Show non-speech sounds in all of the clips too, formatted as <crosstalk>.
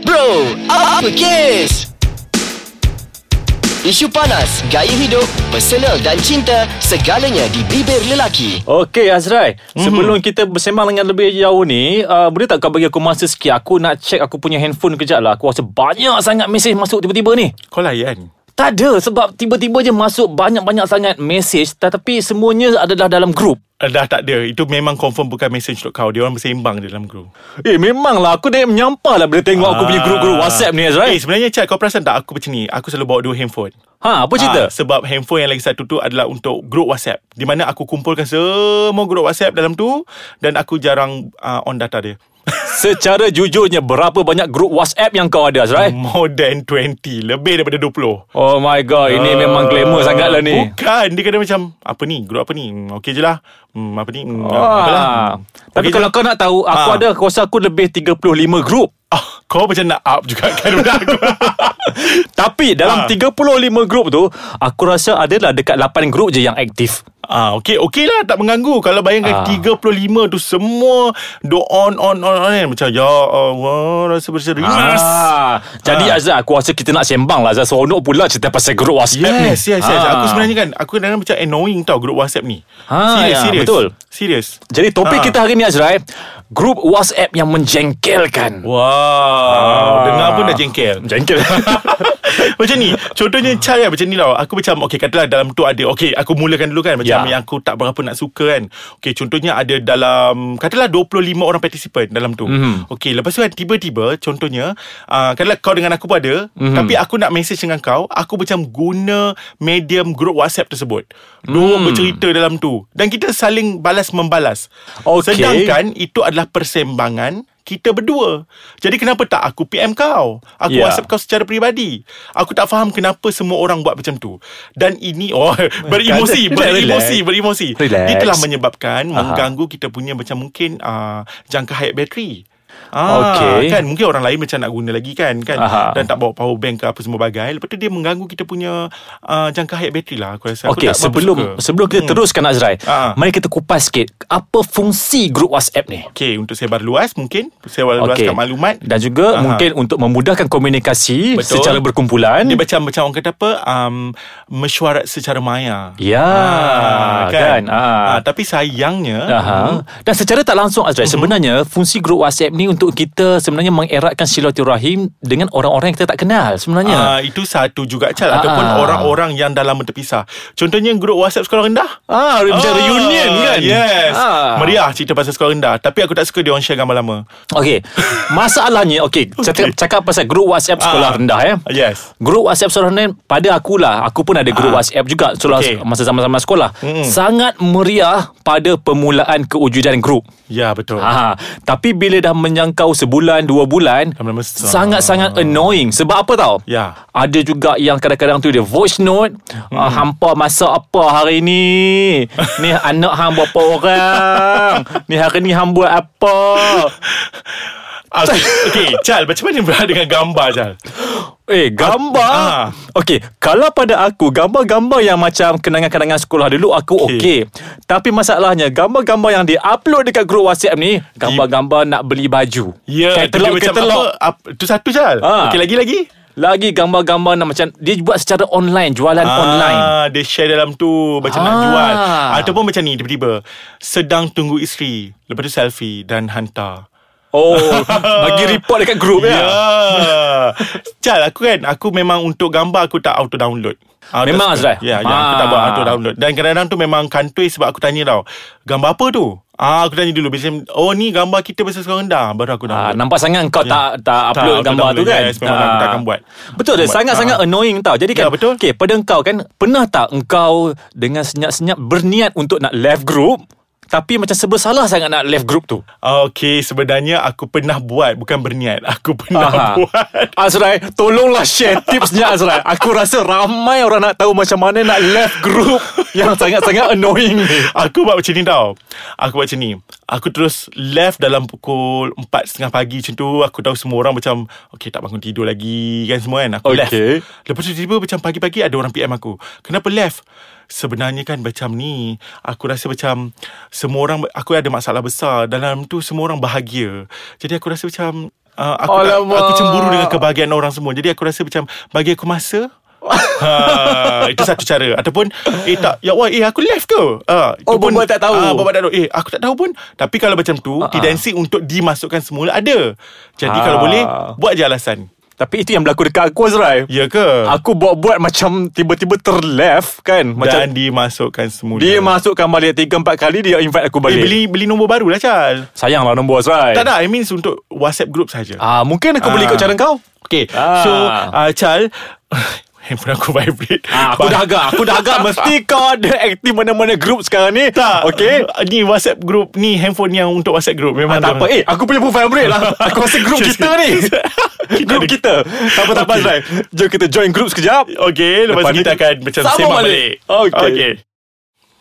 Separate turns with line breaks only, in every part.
Bro, apa kes? Isu panas, gaya hidup, personal dan cinta, segalanya di bibir lelaki.
Okey Azrai mm-hmm. Sebelum kita bersembang dengan lebih jauh ni uh, Boleh tak kau bagi aku masa sikit Aku nak check aku punya handphone kejap lah Aku rasa banyak sangat mesej masuk tiba-tiba ni
Kau layan
Tak ada sebab tiba-tiba je masuk banyak-banyak sangat mesej Tetapi semuanya adalah dalam grup
Eh, Dah tak ada Itu memang confirm bukan message untuk kau Dia orang bersembang je dalam grup
Eh memanglah aku dah menyampah lah Bila tengok aku punya
Ah.
grup-grup WhatsApp ni Azrai
Eh sebenarnya Chad kau perasan tak Aku macam ni Aku selalu bawa dua handphone
Ha apa cerita?
Ah, sebab handphone yang lagi satu tu adalah untuk grup WhatsApp. Di mana aku kumpulkan semua grup WhatsApp dalam tu dan aku jarang uh, on data dia. <laughs>
Secara jujurnya Berapa banyak grup WhatsApp yang kau ada Azrai?
More than 20, lebih daripada 20.
Hmm. Oh my god Ini memang glamour sangat lah ni
Bukan, dia kena macam apa ni, grup apa ni? Hmm, Okey je lah. Hmm, apa ni? Hmm, apalah.
Ah.
Hmm,
Tapi
okey je
kalau
lah.
kau nak tahu Aku
Ah.
ada Aku rasa aku lebih 35 grup
ah, kau macam nak up juga kan benda aku.
<laughs> Tapi dalam
Ah.
35 grup tu Aku rasa adalah dekat 8 grup je yang aktif
ah, okey, okey lah tak mengganggu. Kalau
Ah.
bayangkan 35 tu semua do on on on on kan. macam ya Allah rasa berseri.
ah. Jadi
Ah.
Azhar Aku rasa kita nak sembang lah Azhar Seronok pula cerita pasal grup
Eh,
WhatsApp ni
Yes, yes, yes.
Ah.
Aku sebenarnya kan, aku kadang-kadang macam annoying tau grup WhatsApp ni.
Ah,
serius,
ya,
serius.
betul.
Serius.
Jadi topik
Ah.
kita hari ni Azrai Grup WhatsApp yang menjengkelkan
Wow, dengar pun dah jengkel.
<laughs> Jengkel
<laughs> macam ni Contohnya
Ah.
cara macam ni lah Aku macam Okay katalah dalam tu ada Okay aku mulakan dulu kan Macam
Ya.
yeah. yang aku tak berapa nak suka kan Okay contohnya ada dalam Katalah 25 orang participant dalam tu
Mhm.
mm-hmm. Okay lepas tu kan tiba-tiba Contohnya uh, Katalah kau dengan aku pun ada
Mhm.
mm-hmm. Tapi aku nak message dengan kau Aku macam guna Medium group whatsapp tersebut Dua
Hmm.
mm. bercerita dalam tu Dan kita saling balas-membalas
Okay.
Sedangkan Kan? itu adalah persembangan kita berdua. Jadi kenapa tak aku PM kau? Aku
Ya.
yeah. WhatsApp kau secara peribadi. Aku tak faham kenapa semua orang buat macam tu. Dan ini oh
<laughs>
beremosi,
Relax,
beremosi,
relax.
beremosi.
Relax.
Dia telah menyebabkan Aha. mengganggu kita punya macam mungkin uh, jangka hayat bateri. Ah,
Okey.
kan mungkin orang lain macam nak guna lagi kan kan
Aha.
dan tak bawa power bank ke apa semua bagai lepas tu dia mengganggu kita punya uh, jangka hayat bateri lah aku rasa
Okey,
aku tak berapa
sebelum
suka. Hmm.
sebelum kita teruskan Azrai,
Ah.
mari kita kupas sikit apa fungsi grup WhatsApp ni.
Okey, untuk sebar luas mungkin sebar
Okey.
luaskan maklumat
dan juga
Aha.
mungkin untuk memudahkan komunikasi
Betul.
secara berkumpulan.
Dia macam macam orang kata apa um, mesyuarat secara maya.
Ya, kan? Ah.
Ah, tapi sayangnya
Aha. Dan secara tak langsung Azrai
Mhm.
uh-huh. Sebenarnya Fungsi grup WhatsApp ni Untuk kita sebenarnya Mengeratkan silaturahim Dengan orang-orang yang kita tak kenal Sebenarnya uh,
ah, itu satu juga cal ataupun
Ah.
orang-orang yang dalam terpisah. Contohnya grup WhatsApp sekolah rendah.
Ah, Macam reunion kan
Yes
Ah.
Meriah cerita pasal sekolah rendah Tapi aku tak suka dia orang share gambar lama
Okey. Masalahnya
<laughs>
okey, okay. cakap, cakap pasal grup WhatsApp sekolah
Ah.
rendah ya.
Yes.
Grup WhatsApp sekolah rendah pada akulah. Aku pun ada grup WhatsApp juga sekolah
Ah. Okey. Hmm.
masa sama-sama sekolah. Mm-hmm. Sangat meriah pada permulaan kewujudan grup.
Ya betul
Ha, tapi bila dah menjangkau sebulan, dua bulan,
Lama-lama besar.
sangat-sangat annoying. Sebab apa tau?
Ya.
Ada juga yang kadang-kadang tu dia voice note, hmm. ah, hampa masa apa hari
<laughs>
ni? ni anak hang berapa orang? ni hari ni hang buat apa?
Okay, okay Ah, Chal macam mana berat dengan gambar
<gasps>
Chal
Eh gambar
Ah.
Okey Kalau pada aku Gambar-gambar yang macam Kenangan-kenangan sekolah dulu Aku okey
Okey.
okay. Tapi masalahnya Gambar-gambar yang di-upload Dekat grup WhatsApp ni Gambar-gambar nak beli baju
Ya
Katalog
dia macam
Katalog
apa, apa, Itu satu Chal
Ah.
Okay lagi-lagi
Lagi gambar-gambar nak macam Dia buat secara online Jualan ah. online
Dia share dalam tu Macam ah. nak
Ah.
jual Ataupun macam ni Tiba-tiba Sedang tunggu isteri Lepas tu selfie Dan hantar
Oh <laughs> Bagi report dekat grup
Ya
ya
<laughs> yeah. Cal aku kan Aku memang untuk gambar Aku tak auto download Ah, tak
Memang,
suka.
Azrai?
Ya, ya aku
Ah.
tak buat auto download Dan kadang-kadang tu memang kantoi Sebab aku tanya tau Gambar apa tu? Ah, aku tanya dulu Biasanya Oh ni gambar kita Biasa sekolah rendah Baru aku
Ah,
download
nampak sangat kau
Ya.
tak tak upload
Tak, aku
gambar
tak
tu
boleh.
kan.
Yes, memang aku tak akan buat.
Betul
Tak
dia
buat.
sangat-sangat annoying tau. Jadi kan
Ya, betul.
Okay, pada engkau kan pernah tak engkau dengan senyap-senyap berniat untuk nak left group tapi macam serba salah sangat nak left group tu.
Ah, Okay sebenarnya Aku pernah buat Bukan berniat Aku
Aha.
pernah Ah, <laughs> buat
Azrai, tolonglah share tipsnya Azrai. Aku rasa ramai orang nak tahu macam mana nak left group yang sangat-sangat annoying ni.
<laughs> Aku buat macam ni tau Aku buat macam ni Aku terus left dalam pukul 4.30 pagi macam tu Aku tahu semua orang macam Okay tak bangun tidur lagi kan semua kan
Okay.
Aku left Lepas tu tiba-tiba macam pagi-pagi ada orang PM aku Kenapa left? Sebenarnya kan macam ni Aku rasa macam Semua orang Aku ada masalah besar Dalam tu semua orang bahagia Jadi aku rasa macam Uh, aku, tak,
Alamak.
aku cemburu dengan kebahagiaan orang semua Jadi aku rasa macam Bagi aku
<laughs>
masa ha, itu satu cara Ataupun Eh tak Ya Allah eh aku left tu ha,
Oh, Bobo tak tahu.
ha, Bobo tak tahu Eh aku tak tahu pun Tapi kalau macam tu uh-uh. Tendensi untuk dimasukkan semula ada Jadi
Ah.
kalau boleh Buat je alasan
Tapi itu yang berlaku dekat aku Azrai
Ya ke?
Aku buat-buat macam Tiba-tiba terleft kan Macam
Dan dimasukkan semula
Dia masukkan balik 3-4 kali Dia invite aku
Eh,
balik
beli beli nombor baru lah Chal
Sayang lah nombor Azrai
Tak ada I mean untuk WhatsApp group saja.
Ah, Mungkin aku boleh
Ah.
ikut cara kau
Okay
Ah.
So uh, Chal <laughs> Handphone aku vibrate
Ah, aku dah agak Aku dah agak Mesti kau ada aktif mana-mana group sekarang ni
Tak
Okay
Ni WhatsApp group Ni handphone yang untuk WhatsApp group
Ah,
Memang
tak apa Eh aku punya pun vibrate lah Aku rasa <laughs> grup kita ni Grup
ada-
kita Tak apa tak apa
Okay.
Azrai Jom kita join grup sekejap
Okay Lepas,
Lepas
tu kita
ni-
akan Macam
Sambung
semak
balik.
balik,
Okay.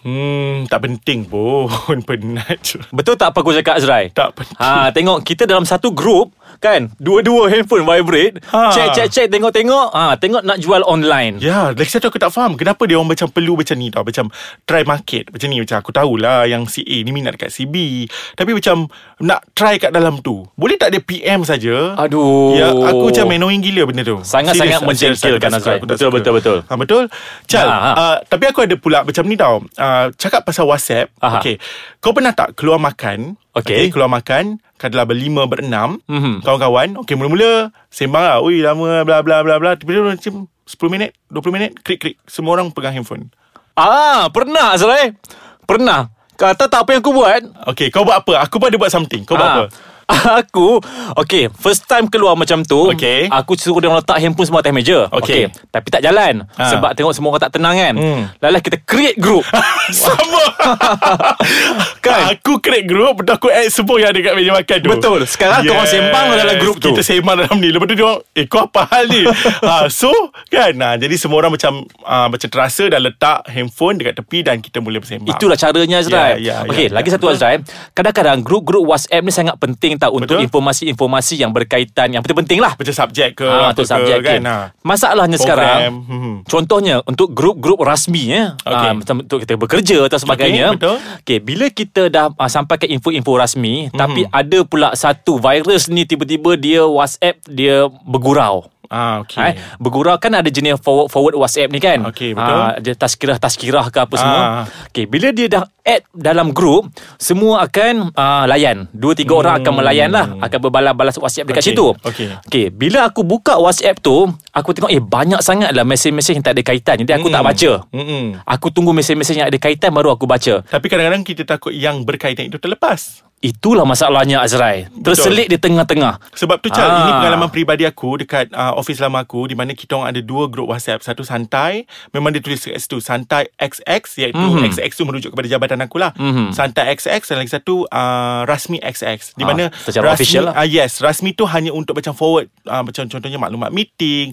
Hmm Tak penting pun <laughs> Penat je
Betul tak apa aku cakap Azrai?
Tak penting
Ha, tengok kita dalam satu group kan dua-dua handphone vibrate ha.
Ha.
check check check tengok-tengok ha tengok nak jual online
Ya, lagi satu aku tak faham Kenapa dia orang macam perlu macam ni tau Macam try market Macam ni macam aku tahulah Yang si A ni minat kat si B Tapi macam nak try kat dalam tu Boleh tak dia PM saja
Aduh.
Ya, aku macam annoying gila benda
Oh.
tu
Sangat-sangat
Serius, aku- serius,
menjengkelkan,
aku tak suka,
Azrai.
aku tak
Betul,
suka.
betul, betul.
ha, Betul? Chal,
Ha, ha.
Uh, tapi aku ada pula macam ni tau uh, Cakap pasal WhatsApp
Aha.
Okay Kau pernah tak keluar makan
Okay.
Keluar makan Kadalah berlima, berenam
Mhm.
mm-hmm. Kawan-kawan Okay, mula-mula Sembang lah Ui, lama bla bla bla bla Tiba-tiba macam 10 minit 20 minit Klik-klik Semua orang pegang handphone
Ah pernah Azrai? Pernah. Kata tak apa yang aku buat.
Okay, kau buat apa? Aku pun ada buat something Kau buat
Ah,
apa?
<laughs> Aku Okay First time keluar macam tu
Okay.
Aku suruh dia orang letak handphone semua atas meja
Okay.
Tapi tak jalan
Ah.
Sebab tengok semua orang tak tenang kan hmm. Lala kita create
<laughs>
group
Sama
Kan?
kan? Aku create group Lepas tu aku add semua yang ada kat meja makan tu
Betul. Sekarang korang sembang dalam group tu.
Kita sembang dalam ni Lepas tu dia orang Eh kau apa hal <laughs> ni ha, So kan ha, Jadi semua orang macam ha, Macam terasa dah letak handphone Dekat tepi Dan kita mula bersembang
Itulah caranya Azrai
Ya, ya,
Okay
ya,
lagi
ya.
satu Azrai Kadang-kadang grup-grup WhatsApp ni sangat penting tau Untuk
Betul.
informasi-informasi yang berkaitan Yang penting-penting lah
Macam subjek ke
Ah,
apa
tu subjek
ke,
kan.
ha.
Masalahnya
Program.
sekarang
Mhm.
Contohnya untuk grup-grup rasmi ya.
Okey.
Ah, macam untuk kita bekerja atau sebagainya.
Okey, betul.
Okey, bila kita dah ah, sampai ke info-info rasmi tapi
Mhm.
ada pula satu virus ni tiba-tiba dia WhatsApp dia bergurau.
Ah, okay.
Okay. Eh, bergurau kan ada jenis forward forward WhatsApp ni kan.
Okey, betul.
Ah, dia taskirah taskirah ke apa semua.
Ah.
Okey, bila dia dah add dalam grup, semua akan ah, layan. Dua tiga orang akan melayan lah,
Hmm.
akan berbalas-balas WhatsApp dekat
Okey,
situ.
okey.
Okey, bila aku buka WhatsApp tu, aku tengok eh banyak sangat lah mesej-mesej yang tak ada kaitan. Jadi aku tak
Hmm.
baca.
Mm-mm.
Aku tunggu mesej-mesej yang ada kaitan baru aku baca.
Tapi kadang-kadang kita takut Yang berkaitan itu terlepas
Itulah masalahnya Azrai. Terselit di tengah-tengah.
Sebab tu Chal,
Ah.
ini pengalaman peribadi aku dekat uh, office lama aku di mana kita orang ada dua group WhatsApp. Satu santai, memang dia tulis kat situ santai XX iaitu
Mhm.
mm-hmm. XX tu merujuk kepada jabatan aku lah. Mm-hmm. Santai XX dan lagi satu uh, rasmi XX di
Ah,
mana
secara
rasmi,
official lah.
Uh, yes, rasmi tu hanya untuk macam forward uh, macam contohnya maklumat meeting,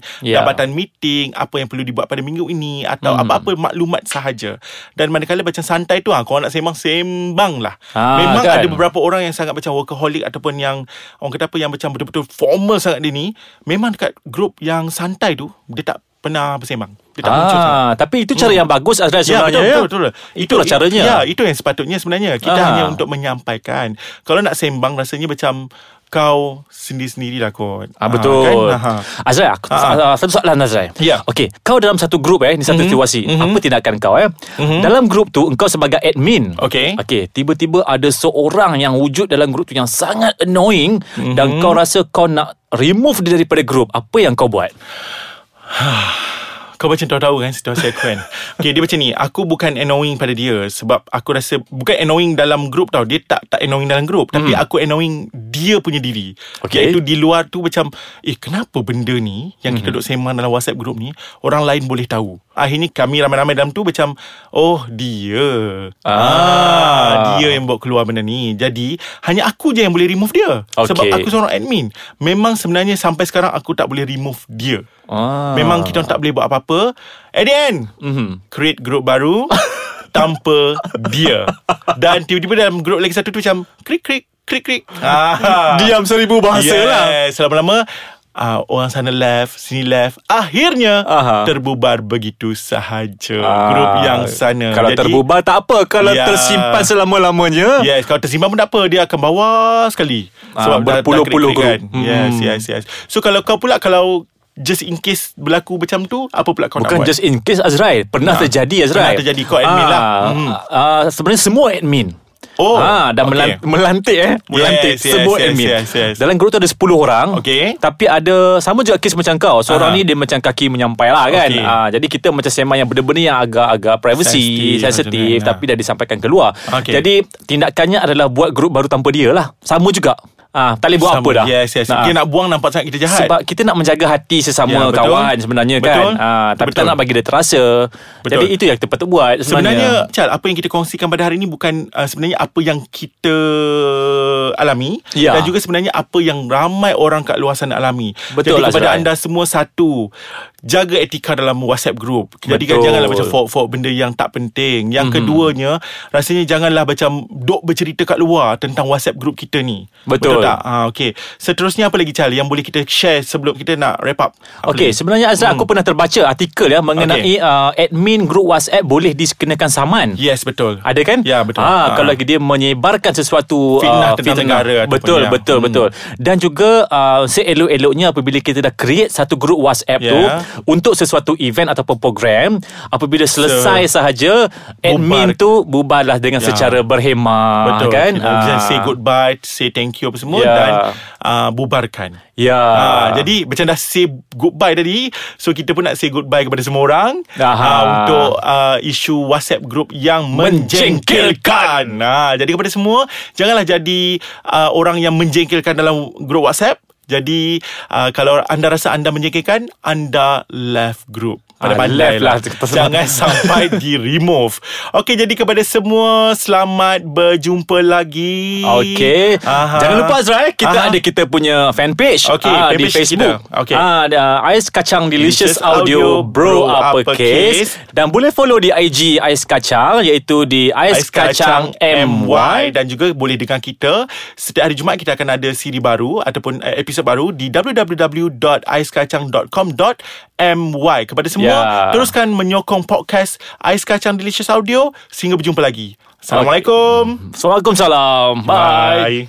Ya. Mhm.
yeah. jabatan meeting, apa yang perlu dibuat pada minggu ini atau mm-hmm. apa-apa maklumat sahaja. Dan manakala macam santai tu ha, kau nak sembang sembang lah.
Ah,
memang
kan?
ada beberapa beberapa orang yang sangat macam workaholic ataupun yang orang kata apa yang macam betul-betul formal sangat dia ni memang dekat grup yang santai tu dia tak pernah bersembang dia tak muncul sangat.
Ah, tapi itu cara yang bagus Azrai
Ya
sebenarnya.
betul, betul betul
Itulah
Itu-
caranya.
Ya itu yang sepatutnya sebenarnya Kita
Ah.
hanya untuk menyampaikan Kalau nak sembang rasanya macam Kau sendiri-sendirilah kot
Ah betul.
kan? Ah,
Azrai, aku
Ah.
ah. satu soalan Azrai.
Ya. Mhm.
Okey, kau dalam satu grup eh, ni satu mm-hmm. situasi. Mm-hmm. Apa tindakan kau eh? Mm-hmm. Dalam grup tu engkau sebagai admin.
Okey.
Okey, tiba-tiba ada seorang yang wujud dalam grup tu yang sangat annoying
Mhm.
mm-hmm. dan kau rasa kau nak remove dia daripada grup. Apa yang kau buat?
Kau macam tahu-tahu kan situasi aku kan Okay dia macam ni Aku bukan annoying pada dia Sebab aku rasa Bukan annoying dalam group tau Dia tak tak annoying dalam group Tapi aku annoying Dia punya diri
Hmm. Okay.
Iaitu di luar tu macam Eh kenapa benda ni Yang
Hmm.
kita duduk sembang dalam whatsapp group ni Orang lain boleh tahu Akhirnya kami ramai-ramai dalam tu macam Oh dia
Ah.
Dia yang buat keluar benda ni Jadi Hanya aku je yang boleh remove dia Sebab
Okay.
aku seorang admin Memang sebenarnya sampai sekarang Aku tak boleh remove dia
Ah. Mhm.
Memang kita orang tak boleh buat apa-apa At the end mm-hmm. Create group
<laughs>
baru Tanpa dia Dan tiba-tiba dalam group lagi satu tu macam Krik krik Krik krik ah.
seribu
yes. Lama-lama uh, orang sana left, sini left. Akhirnya
Aha.
terbubar begitu sahaja
Ah,
grup yang sana.
Kalau Jadi, terbubar tak apa Kalau
Ya.
tersimpan selama-lamanya
Yes, kalau tersimpan pun tak apa Dia akan bawa sekali
Ah,
Sebab dah- dah
berpuluh-puluh
krik-krik
grup.
kan. Yes,
Hmm.
yes, yes So kalau kau pula Kalau just in case berlaku macam tu Apa pula kau
Bukan
nak
just in case Azrael Pernah
Ah,
terjadi Azrael
pernah terjadi. Kau admin lah. Hmm.
ah, Sebenarnya semua admin
Oh,
ah, Dah
okay.
melan- melantik eh Melantik
yes,
Semua
yes,
admin
yes, yes.
Dalam grup tu ada 10 orang
Okay.
Tapi ada Sama juga kes macam kau Seorang
Ah.
ni dia macam kaki menyampai lah kan
Okay.
ah, Jadi kita macam sembang yang benda-benda yang agak-agak Privacy
Sensitive,
Sensitif
macam ni, ya.
Tapi dah disampaikan keluar
Okay.
Jadi tindakannya adalah Buat grup baru tanpa dia lah Sama juga ah, Tak boleh buat
Sama.
apa dah
Yes, yes
Ah.
Dia nak buang nampak sangat kita jahat
Sebab kita nak menjaga hati sesama
Ya,
ya,
betul.
kawan sebenarnya
Betul.
kan. Ah, tapi
Betul.
tak nak bagi dia terasa.
Betul.
Jadi itu yang kita patut buat
Sebenarnya
sebenarnya.
Chal Apa yang kita kongsikan pada hari ini Bukan uh, sebenarnya Apa yang kita Alami
Ya.
Dan juga sebenarnya Apa yang ramai orang Kat luar sana alami
Betul
Jadi
lah,
kepada
Azrai.
anda semua Satu Jaga etika dalam WhatsApp group Jadi kan
Betul.
janganlah macam Fork-fork benda yang tak penting Yang mm-hmm. keduanya Rasanya janganlah macam Dok bercerita kat luar Tentang WhatsApp group kita ni
Betul.
tak? Ha, okay. Seterusnya apa lagi Chal Yang boleh kita share Sebelum kita nak wrap up Apa Hmm.
Okey,
lagi?
sebenarnya Azra aku pernah terbaca artikel ya mengenai uh, admin grup WhatsApp boleh dikenakan saman.
Yes betul
Ada kan?
Ya betul
Ah,
Ah.
kalau dia menyebarkan sesuatu ah,
Fitnah tentang negara ataupun
Betul,
yang-
betul,
Hmm.
betul. Dan juga uh, seelok-eloknya apabila kita dah create satu grup WhatsApp tu
Ya.
untuk sesuatu event ataupun program, apabila selesai
So,
sahaja admin
bubar.
tu bubarlah dengan
Ya.
secara berhemah
Betul
kan?
Kita bisa
Ah.
say goodbye Say thank you apa semua
Ya.
Dan uh, bubarkan
Ya.
Ah, jadi macam dah say goodbye tadi So kita pun nak say goodbye kepada semua orang
Aha.
Ah, Untuk uh, isu WhatsApp group yang menjengkelkan Ah, Jadi kepada semua Janganlah jadi uh, orang yang menjengkelkan dalam group WhatsApp jadi uh, kalau anda rasa anda menjengkelkan Anda left group
Ah,
Pandai-pandai
left lah.
Jangan sampai di remove Okey jadi kepada semua Selamat berjumpa lagi
Okey.
Aha.
Jangan lupa Azrael, kita
Aha.
ada kita punya fanpage
Okey,
ah, di
fanpage
Facebook.
kita. Okey.
Ah, ada Ais Kacang Delicious,
Delicious
Audio,
Audio
Bro
Bro
Uppercase.
Uppercase.
dan boleh follow di IG Ais Kacang iaitu di Ais,
Ais Kacang MY
MY.
dan juga boleh dengar kita setiap hari Jumaat kita akan ada siri baru ataupun eh, episod baru di www.aiskacang.com.my kepada semua
Ya.
teruskan menyokong podcast Ais Kacang Delicious Audio sehingga berjumpa lagi. Assalamualaikum.
Assalamualaikum salam. Bye. Bye.